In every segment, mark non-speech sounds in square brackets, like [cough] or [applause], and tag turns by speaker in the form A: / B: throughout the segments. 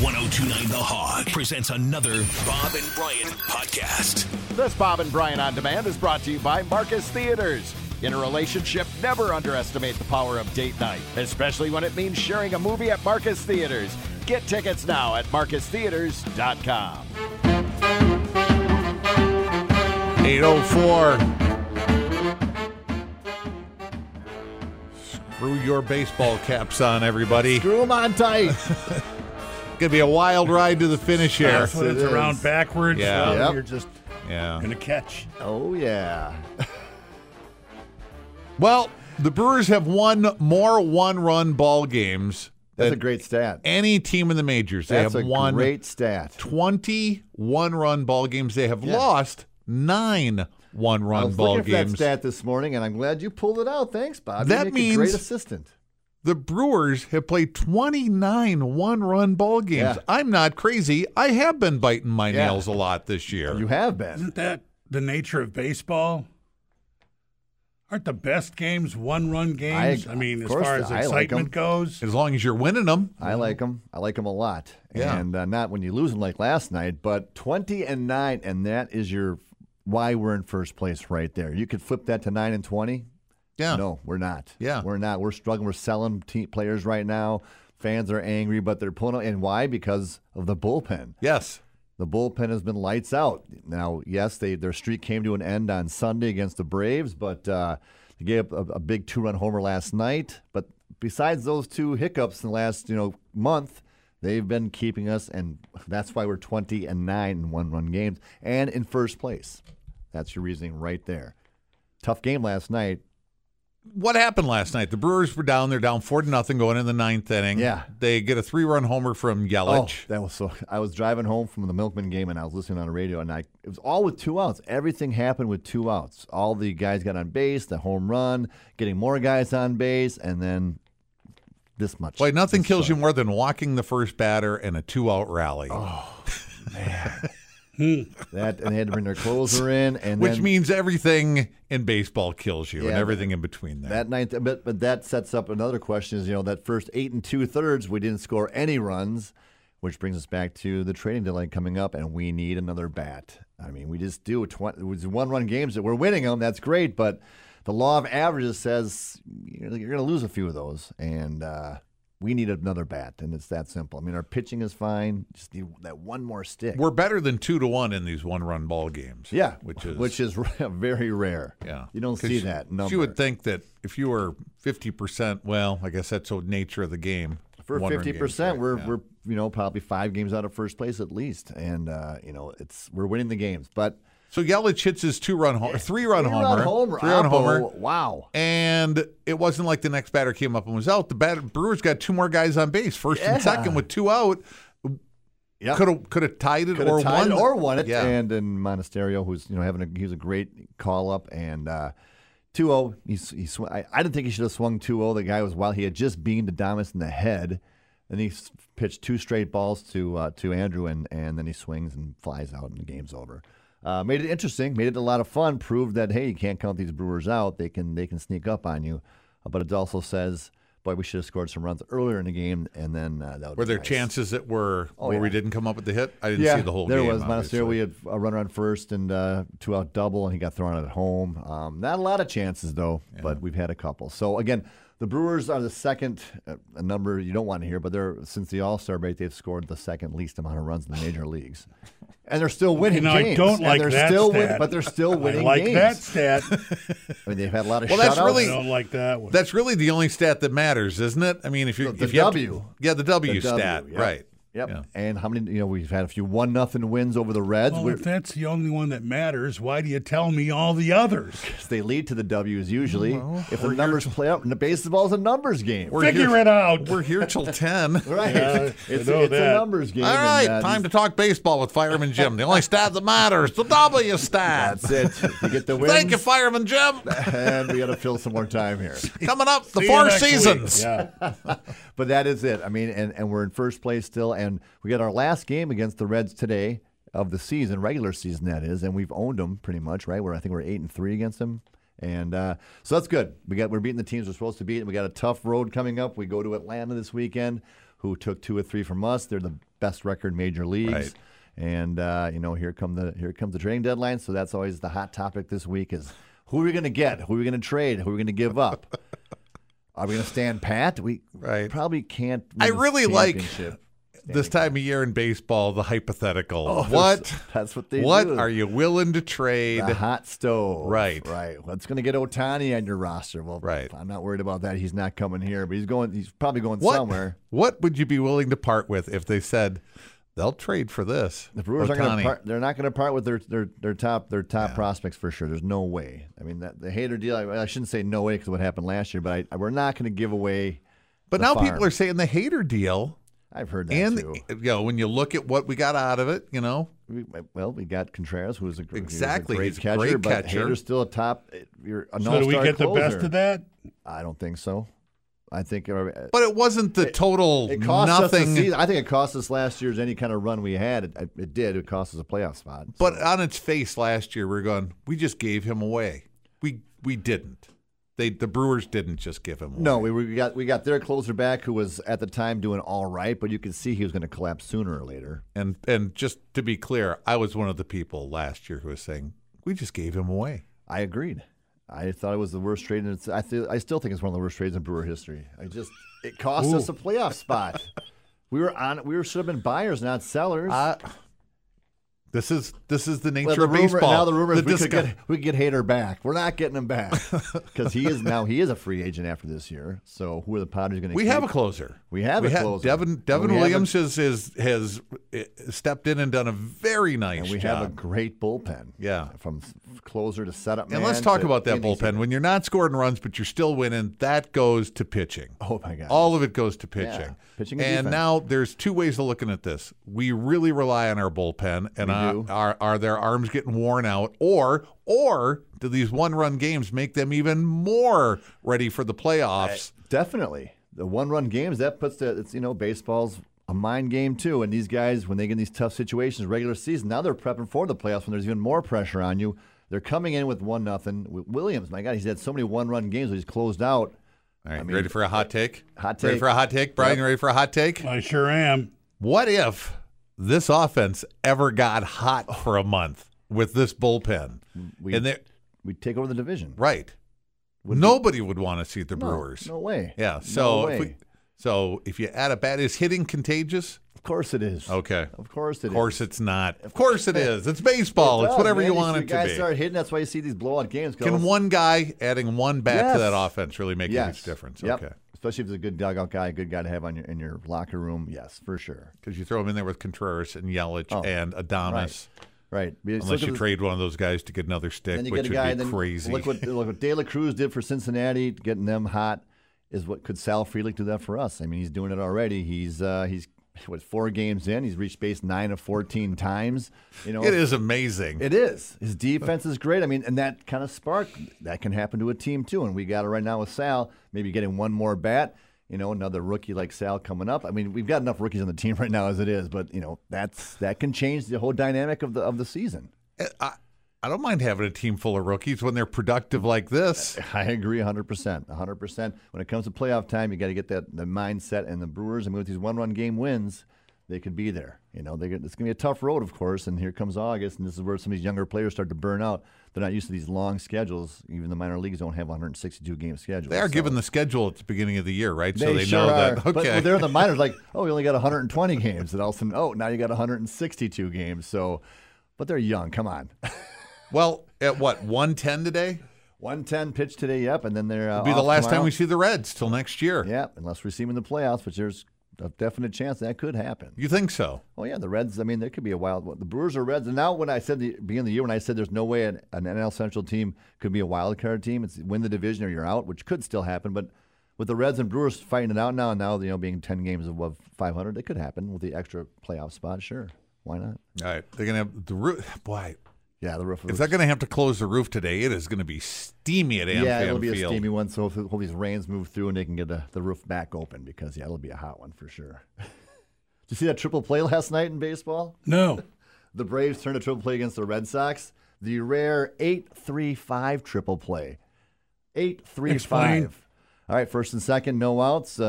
A: 1029 The Hog presents another Bob and Brian podcast.
B: This Bob and Brian on Demand is brought to you by Marcus Theaters. In a relationship, never underestimate the power of date night, especially when it means sharing a movie at Marcus Theaters. Get tickets now at marcustheaters.com.
C: 804. Screw your baseball caps on, everybody.
B: Drew them
C: [laughs]
B: on tight.
C: Gonna be a wild ride to the finish here.
D: That's when
B: it
D: it's around
B: is.
D: backwards.
C: Yeah.
D: um,
B: Yep.
D: You're just
C: Yeah.
D: going to catch.
B: oh, yeah.
C: Well, the Brewers have won more one-run ball games
B: That's a
C: than
B: great stat.
C: any team in the majors. They
B: That's
C: have
B: a
C: won
B: great stat.
C: 20 one-run ball games. They have lost nine
B: I
C: one-run
B: was
C: ball
B: looking at that
C: games.
B: stat this morning, and I'm glad you pulled it out. Thanks, Bob.
C: That
B: you make
C: means-
B: a great assistant.
C: The Brewers have played 29 one-run ball games.
B: Yeah.
C: I'm not crazy. I have been biting my
B: Yeah.
C: nails a lot this year.
B: You have been.
D: Isn't that the nature of baseball? Aren't the best games one run games? I, mean,
B: of
D: as
B: course,
D: far as
B: I like 'em.
D: excitement goes,
C: as long as you're winning them.
B: I like them. I like them a lot.
C: Yeah.
B: And uh, not when you lose them like last night, but 20 and 9, and that is your why we're in first place right there. You could flip that to 9 and 20.
C: Yeah.
B: No, we're not.
C: Yeah.
B: We're not. We're struggling. We're selling te- players right now. Fans are angry, but they're pulling. And why? Because of the bullpen.
C: Yes.
B: The bullpen has been lights out. Now, yes, they their streak came to an end on Sunday against the Braves, but uh, they gave up a, a big two-run homer last night. But besides those two hiccups in the last you know month, they've been keeping us, and that's why we're 20 and nine in one-run games and in first place. That's your reasoning right there. Tough game last night.
C: What happened last night? The Brewers were down. They're down four to nothing going in the ninth inning.
B: Yeah.
C: They get a three-run homer from
B: Oh,
C: Yelich.
B: that was so. [laughs] I was driving home from the Milkman game, and I was listening on the radio, and I it was all with two outs. Everything happened with two outs. All the guys got on base, the home run, getting more guys on base, and then this much.
C: Boy, nothing kills you more than walking the first batter and a two-out rally,
B: Oh, That and they had to bring their closer in,
C: [laughs]
B: and
C: which
B: then
C: means everything in baseball kills you and
B: Yeah,
C: everything in between there.
B: that ninth. But, but that sets up another question: is you know that first eight and two thirds, we didn't score any runs. Which brings us back to the trading deadline coming up, and we need another bat. I mean, we just do. Tw- one run games that we're winning them. That's great, but the law of averages says you're, you're going to lose a few of those, and uh, we need another bat, and it's that simple. I mean, our pitching is fine. Just need that one more stick.
C: We're better than two to one in these one-run ball games.
B: yeah,
C: which is
B: which is [laughs] very rare.
C: yeah.
B: you don't
C: 'Cause
B: see that number.
C: You would think that if you were fifty percent, well, I guess that's the nature of the game.
B: for
C: one-run
B: fifty
C: games,
B: percent,
C: right?
B: we're
C: Yeah.
B: we're you know probably five games out of first place at least, and uh, you know it's we're winning the games. But
C: so Yelich hits his two-run homer, three-run
B: three-run
C: homer,
B: homer,
C: three-run
B: Oppo,
C: homer.
B: wow,
C: and it wasn't like the next batter came up and was out. The batter, Brewers got two more guys on base, first
B: Yeah.
C: and second, with two out.
B: Yep.
C: Could have could have tied it
B: could
C: or
B: have tied
C: won
B: it
C: it.
B: or won it.
C: Yeah.
B: And then Monasterio, who's you know having a he's a great call up and. Uh, 2-0, he, s- he sw- I, I didn't think he should have swung 2-0. The guy was wild. He had just beamed Adamas in the head, and he s- pitched two straight balls to uh, to Andrew, and, and then he swings and flies out, and the game's over. Uh, made it interesting, made it a lot of fun. Proved that hey, you can't count these Brewers out. They can they can sneak up on you. Uh, but it also says, boy, we should have scored some runs earlier in the game, and then uh, that would
C: Were
B: be
C: there
B: nice. Oh,
C: chances that were where we didn't come up with the hit? I didn't see the whole
B: there
C: game.
B: was
C: obviously.
B: Monasterio. We had a runner on first and uh, two out double, and he got thrown out at home. Um, not a lot of chances though, but we've had a couple. So again, the Brewers are the second uh, a number you don't want to hear, but they're since the All Star break, they've scored the second least amount of runs in the major leagues, and they're still winning
D: you know,
B: games.
D: I don't
B: and
D: like
B: they're
D: that
B: still
D: stat.
B: Win, but they're still
D: [laughs]
B: winning
D: I like
B: games.
D: that stat.
B: I mean, they've had a lot of
C: Well,
B: shutouts.
C: that's
D: I
B: [laughs]
C: really-
D: don't like that one.
C: That's really the only stat that matters, isn't it? I mean, if you
B: The- the
C: if you have to-
B: W.
C: yeah, the W
B: The W,
C: stat,
B: yep.
C: right?
B: Yep.
C: Yeah.
B: And how many? You know, we've had a few one nothing wins over the Reds.
D: well,
B: We're-
D: if that's the only one that matters, why do you tell me all the others?
B: they lead to the W's usually.
C: Oh,
B: if the numbers play up, and the baseball's a numbers game.
C: We're
D: Figure
C: here-
D: it out.
C: We're here till ten.
B: [laughs] Right.
D: Yeah, I
B: it's
D: know
B: it's a
D: that.
B: numbers game.
C: All
B: and,
C: right,
B: uh,
C: time
B: these-
C: to talk baseball with Fireman Jim. The only stat that matters, the W stat.
B: [laughs] That's it. You get the
C: [laughs]
B: win.
C: Thank you, Fireman Jim.
B: and we got to fill some more time here.
C: Coming up, the
D: See you
C: Four
D: next week.
C: Seasons.
D: Yeah.
B: But that is it. I mean, and, and we're in first place still. And we got our last game against the Reds today of the season, regular season that is. And we've owned them pretty much, right? Where I think we're 8 and 3 against them. And uh, so that's good. We got, we're beating the teams we're supposed to beat. We got a tough road coming up. We go to Atlanta this weekend, who took two or three from us. They're the best record major leagues.
C: Right.
B: And uh, you know, here come the here comes the trading deadline. So that's always the hot topic this week is who are we going to get? Who are we going to trade? Who are we going to give up? are we going to stand pat? We
C: Right.
B: probably can't. win
C: I
B: this
C: really like
B: championship.
C: This time of year in baseball, the hypothetical. [laughs] what?
B: That's, that's what Oh, they
C: what
B: do.
C: are you willing to trade?
B: The hot stove.
C: Right.
B: Right. What's going to get Otani on your roster? Well,
C: Right.
B: I'm not worried about that. He's not coming here, but he's going. He's probably going
C: what?
B: somewhere.
C: What would you be willing to part with if they said they'll trade for this?
B: The Brewers aren't going
C: Ohtani?"
B: to part. They're not going to part with their their, their top their top prospects for sure. There's no way. I mean, that, the Hater deal. I, I shouldn't say no way because what happened last year, but I, I- we're not going to give away.
C: But
B: the
C: now
B: farm.
C: people are saying the hater deal,
B: I've heard that
C: and
B: too.
C: you know when you look at what we got out of it, you know,
B: We, well, we got Contreras, who was a, who was a
C: Exactly.
B: great
C: He's a
B: catcher,
C: great
B: but
C: catcher.
B: Hader's still a top. You're an
D: So do we
B: all-star
D: get the best
B: closer.
D: of that?
B: I don't think so. I think uh,
C: but it wasn't the total
B: It cost us. The
C: nothing.
B: season. I think it cost us last year's any kind of run we had. It, it did. It cost us a playoff spot.
C: But on its face, last year we are going, we just gave him away. We we didn't. They the Brewers didn't just give him away.
B: no, we, we got we got their closer back who was at the time doing all right, but you could see he was going to collapse sooner or later.
C: And and just to be clear, I was one of the people last year who was saying we just gave him away.
B: I agreed. I thought it was the worst trade, and it's, I th- I still think it's one of the worst trades in Brewer history. I just it cost us a playoff
C: [laughs]
B: spot. we were on. We were, should have been buyers, not sellers.
C: Uh, this is this is the nature
B: Well, the
C: of
B: rumor-
C: baseball.
B: Now the rumor is we
C: discuss-
B: could get we could get Hader back. We're not getting
C: [laughs]
B: him back because he is now he is a free agent after this year. So who are the Padres going to?
C: we have a closer.
B: We have
C: we
B: a
C: had-
B: closer.
C: Devin
B: And
C: Devin
B: we have a-
C: Williams has, has has uh, stepped in and done a very nice
B: And we
C: job.
B: have a great bullpen.
C: Yeah.
B: From s- closer to setup.
C: and
B: man
C: let's talk
B: to
C: about that
B: innings.
C: bullpen. When you're not scoring runs, but you're still winning, that goes to pitching.
B: Oh my God.
C: All of it goes to pitching.
B: Pitching and
C: and
B: defense.
C: now there's two ways of looking at this. We really rely on our bullpen, and
B: do.
C: are, are are their arms getting worn out, or or do these one-run games make them even more ready for the playoffs?
B: Definitely the one-run games that puts the it's you know baseball's a mind game too, and these guys when they get in these tough situations regular season now they're prepping for the playoffs when there's even more pressure on you. They're coming in with one nothing. With Williams, my God, he's had so many one-run games where he's closed out.
C: All right, ready for a hot take?
B: uh, Hot
C: Ready
B: take.
C: for a hot take, Brian?
B: Yep.
C: You ready for a hot take?
D: I sure am.
C: What if this offense ever got hot for a month with this bullpen?
B: We-
C: and they
B: We take over the division.
C: right, nobody would want to see the
B: No,
C: Brewers.
B: No way.
C: Yeah.
B: No
C: So if
B: way.
C: we, so if you add a bat, is hitting contagious?
B: of course it is.
C: Okay.
B: Of course it
C: Of
B: is.
C: course it's not. Of course it is. It's baseball.
B: It
C: it's
B: does,
C: whatever
B: man.
C: you
B: These
C: want it
B: guys
C: to be.
B: start hitting. That's why you see these blowout games. 'cause-
C: Can one guy adding one bat to
B: Yes.
C: that offense really make a
B: yes.
C: huge difference?
B: Yep.
C: Okay.
B: Especially if it's a good dugout guy, a good guy to have on your in your locker room. Yes, for sure.
C: Because you throw him in there with Contreras and Yelich and Adamas.
B: Oh, Right.
C: Unless you trade one of those guys to get another stick,
B: then you
C: which
B: get a
C: would
B: guy.
C: be
B: Then
C: crazy. [laughs]
B: look what look what De La Cruz did for Cincinnati, getting them hot. Is what could Sal Frelick do that for us? I mean, he's doing it already. He's uh, he's what four games in. He's reached base nine of fourteen times. You know,
C: it is amazing.
B: It is. His defense is great. I mean, and that kind of spark that can happen to a team too. And we got it right now with Sal. Maybe getting one more bat. You know, another rookie like Sal coming up. I mean, we've got enough rookies on the team [laughs] right now as it is. But you know, that's that can change the whole dynamic of the of the season.
C: I, I don't mind having a team full of rookies when they're productive like
B: [laughs]
C: this.
B: I agree 100%. 100%. When it comes to playoff time, you got to get that the mindset and the Brewers. I mean, with these one run game wins, they could be there. You know, they get, it's going to be a tough road, of course. And here comes August, and this is where some of these younger players start to burn out. They're not used to these long schedules. Even the minor leagues don't have 162 game schedules.
C: They are
B: so-
C: given the schedule at the beginning of the year, right?
B: They,
C: so they
B: sure
C: know
B: are.
C: that.
B: But
C: Okay.
B: well, they're
C: [laughs]
B: in the minors, like, oh, we only got 120 games. And all of a sudden, oh, now you got 162 games. So, but they're young. Come on. [laughs]
C: Well, at what one ten today?
B: 110 pitch today, yep. And then they're. Uh,
C: It'll be the
B: off
C: last time
B: tomorrow.
C: we see the Reds till next year.
B: Yeah, unless we see them in the playoffs, which there's a definite chance that could happen.
C: You think so?
B: Oh yeah, the Reds. I mean, there could be a wild. one. The Brewers are Reds, and now when I said the beginning of the year, when I said there's no way an, an NL Central team could be a wild card team, it's win the division or you're out, which could still happen. But with the Reds and Brewers fighting it out now, and now you know being ten games above 500, it could happen with the extra playoff spot. Sure, why not?
C: All right. They're gonna have the roof. Boy,
B: Yeah, the roof.
C: if they're gonna have to close the roof today, it is gonna be steamy at Am-
B: yeah, it'll be
C: Field.
B: a steamy one. So hopefully hopefully these rains move through and they can get the, the roof back open because yeah, it'll be a hot one for sure. [laughs] Did you see that triple play last night in baseball?
D: No.
B: the Braves turned a triple play against the Red Sox. The rare 8-3-5 triple play. 8-3-5.
D: Explain.
B: All right, first and second, no outs. Uh,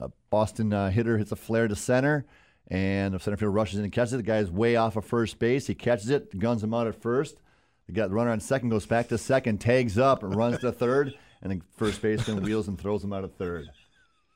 B: uh, a Boston uh, hitter hits a flare to center, And the center fielder rushes in and catches it. The guy's way off of first base. He catches it, guns him out at first. The guy, the runner on second goes back to second, tags up, and runs to third. And the first baseman wheels and throws him out of third.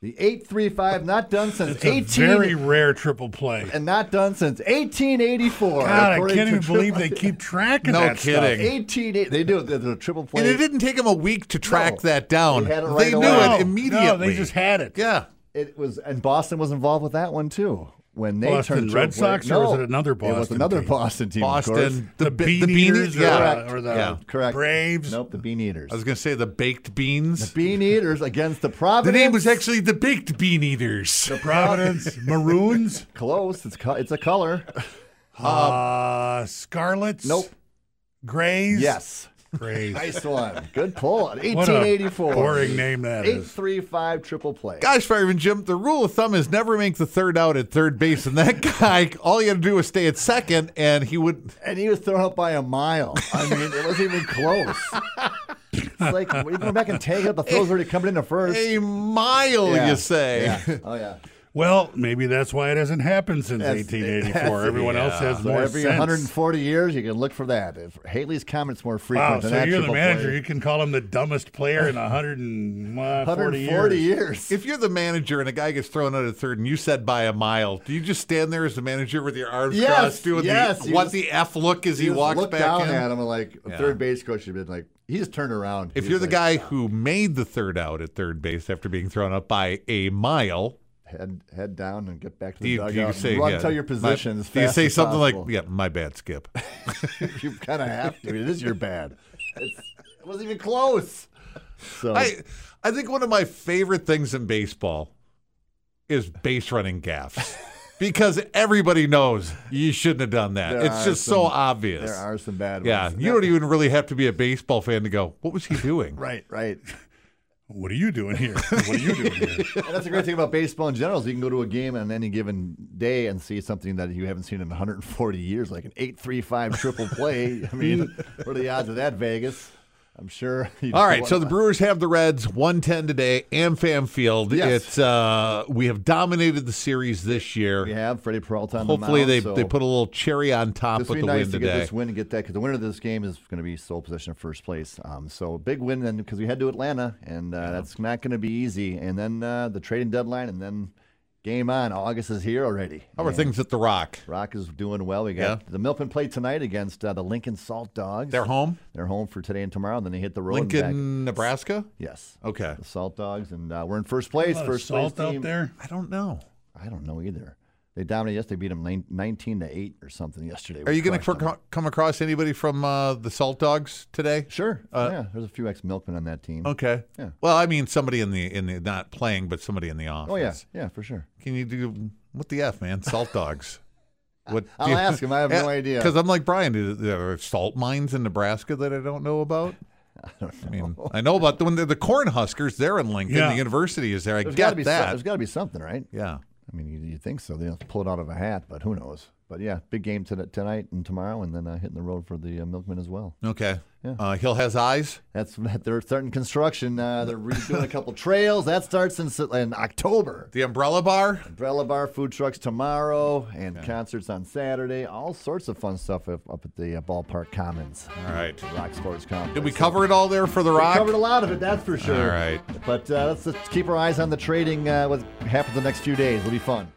B: The 835, not done since
D: It's a
B: 18.
D: very rare triple play.
B: and not done since 1884.
D: God, I
B: according
D: can't
B: to
D: even
B: Triple-
D: believe [laughs] they keep track of
C: No
D: that stuff.
C: kidding.
B: 18. They do it. They're the triple play.
C: And it didn't take them a week to track
B: No.
C: that down.
B: They had it
C: They
B: right
C: knew
B: away.
D: No,
C: it immediately.
D: No, they just had it.
C: yeah.
B: It was, and Boston was involved with that one too. When they
D: Boston
B: turned to
D: Red
B: a play-
D: Sox, or was
B: No,
D: it another
B: It was
D: Boston
B: another
D: team?
B: Boston team. of course.
C: Boston,
D: The, bean, eaters
C: yeah.
D: or, the, or the
C: Yeah.
B: correct.
D: Braves.
B: Nope, the Bean Eaters.
C: I was going to say the baked beans.
B: Bean Eaters against the
C: The
B: Providence.
C: name was actually the baked bean eaters.
D: The
B: [laughs]
D: Providence Maroons.
B: close. It's co- it's
D: [laughs]
B: a color.
D: Uh, Scarlets.
B: Nope.
D: Grays.
B: Yes. [laughs]
D: Grays.
B: Nice one. Good pull.
D: What a
B: 1884.
D: boring name that is.
B: 835 triple play.
C: [laughs] Gosh, Fireman Jim, the rule of thumb is never make the third out at third base. And that [laughs] guy, all he had to do was stay at second, and he would.
B: And he was thrown up by a mile. I mean, it wasn't even close. It's like, when you go back and take up the throw's already coming into first.
C: A mile,
B: Yeah.
C: you say.
B: Yeah. Oh, yeah.
D: Well, maybe that's why it hasn't happened since
B: That's-
D: 1884. Everyone else has
B: So
D: more
B: every
D: sense.
B: 140 years, you can look for that. If Haley's comments more frequent
D: Wow,
B: than
D: so
B: that
D: you're the
B: triple
D: manager.
B: play.
D: You can call him the dumbest player in 140
B: 140
D: uh, years.
C: [laughs]
B: years.
C: If you're the manager and a guy gets thrown out at third and you said by a mile, do you just stand there as the manager with your arms
B: Yes,
C: crossed doing
B: yes,
C: the
B: you
C: what
B: just-
C: the F look as he,
B: just
C: walks
B: looked
C: back
B: down
C: in?
B: at him and like
C: Yeah.
B: third base coach should have been like, he's turned around.
C: If
B: He's
C: you're the
B: like,
C: guy who made the third out at third base after being thrown up by a mile,
B: head head down and get back to
C: do
B: the
C: you, do
B: dugout.
C: you
B: and
C: say
B: run
C: yeah,
B: to your
C: my-
B: position. as
C: Do you
B: fast
C: say
B: as
C: something
B: possible.
C: like, "Yeah, my bad, Skip"?
B: [laughs] you kind of have to. It is your bad. It's, it wasn't even close. So
C: I I think one of my favorite things in baseball is base running gaffes
B: [laughs]
C: because everybody knows you shouldn't have done that.
B: There
C: it's
B: are
C: just so
B: some-
C: obvious.
B: there are some bad
C: Yeah,
B: ones.
C: you don't even really have to be a baseball fan to go. What was he doing?
D: Right.
B: [laughs] Right.
D: What are you doing here? What are you doing
B: [laughs]
D: here?
B: And that's a great thing about baseball in general is you can go to a game on any given day and see something that you haven't seen in 140 years, like an 8-3-5 triple
C: [laughs]
B: play. I mean, what are the odds of that, Vegas? I'm sure. you
C: All
B: don't
C: right,
B: want-
C: so the Brewers have the Reds 110 today, AmFam Field.
B: Yes.
C: It's uh, we have dominated the series this year.
B: we have Freddie Peralta on the
C: Hopefully
B: mound,
C: they,
B: so
C: they put a little cherry on top
B: this
C: with
B: would be
C: the win
B: nice to get
C: today.
B: this win and get that because the winner of this game is going to be sole possession of first place. Um, so big win then because we head to Atlanta and uh, that's not going to be easy. And then uh, the trading deadline and then game on. August is here already.
C: How are things at the Rock?
B: Rock is doing well. We got the Milpin play tonight against uh, the Lincoln Salt Dogs.
C: They're home,
B: They're home for today and tomorrow. And then they hit the road. and back.
C: Lincoln, Nebraska.
B: Yes.
C: Okay,
B: The Salt Dogs, and uh, we're in first place.
D: A lot of
B: first
D: salt
B: place team.
D: out there.
C: I don't know.
B: I don't know either. They dominated yesterday. Beat them nine- nineteen to eight or something yesterday.
C: Are
B: We
C: you going
B: crushed 'em.
C: to come across anybody from uh, the Salt Dogs today?
B: Sure.
C: Uh,
B: yeah. There's a few ex milkmen on that team.
C: Okay.
B: Yeah.
C: Well, I mean somebody in the in the not playing, but somebody in the office.
B: Oh yeah, yeah, for sure.
C: Can you do what the f, man? Salt
B: [laughs]
C: dogs. What? do
B: I'll ask him. I
C: [laughs]
B: have no idea.
C: Because I'm like Brian. Is there are salt mines in Nebraska that I don't know
B: [laughs]
C: about? I, mean, I know about the when they're the corn huskers. They're in Lincoln.
D: Yeah.
C: The university is there. I
B: There's got to
C: get
B: be some-
C: that.
B: there's got to be something, right?
C: yeah.
B: I mean, you, you think so? They don't pull it out of a hat, but who knows? But yeah, big game tonight, tonight and tomorrow, and then uh, hitting the road for the uh, milkmen as well.
C: Okay. Uh, Hill has eyes.
B: That's [laughs] they're starting construction. Uh, they're redoing
C: [laughs]
B: a couple trails. That starts in, Sep- in October.
C: The umbrella bar.
B: Umbrella bar, food trucks tomorrow, and concerts on Saturday. All sorts of fun stuff up, up at the uh, ballpark commons,
C: All right.
B: Rock Sports Complex.
C: Did we cover it all there for the
B: We
C: rock?
B: covered a lot of it, that's for sure.
C: All right.
B: But uh, let's just keep our eyes on the trading, uh, what happens the next few days. It'll be fun.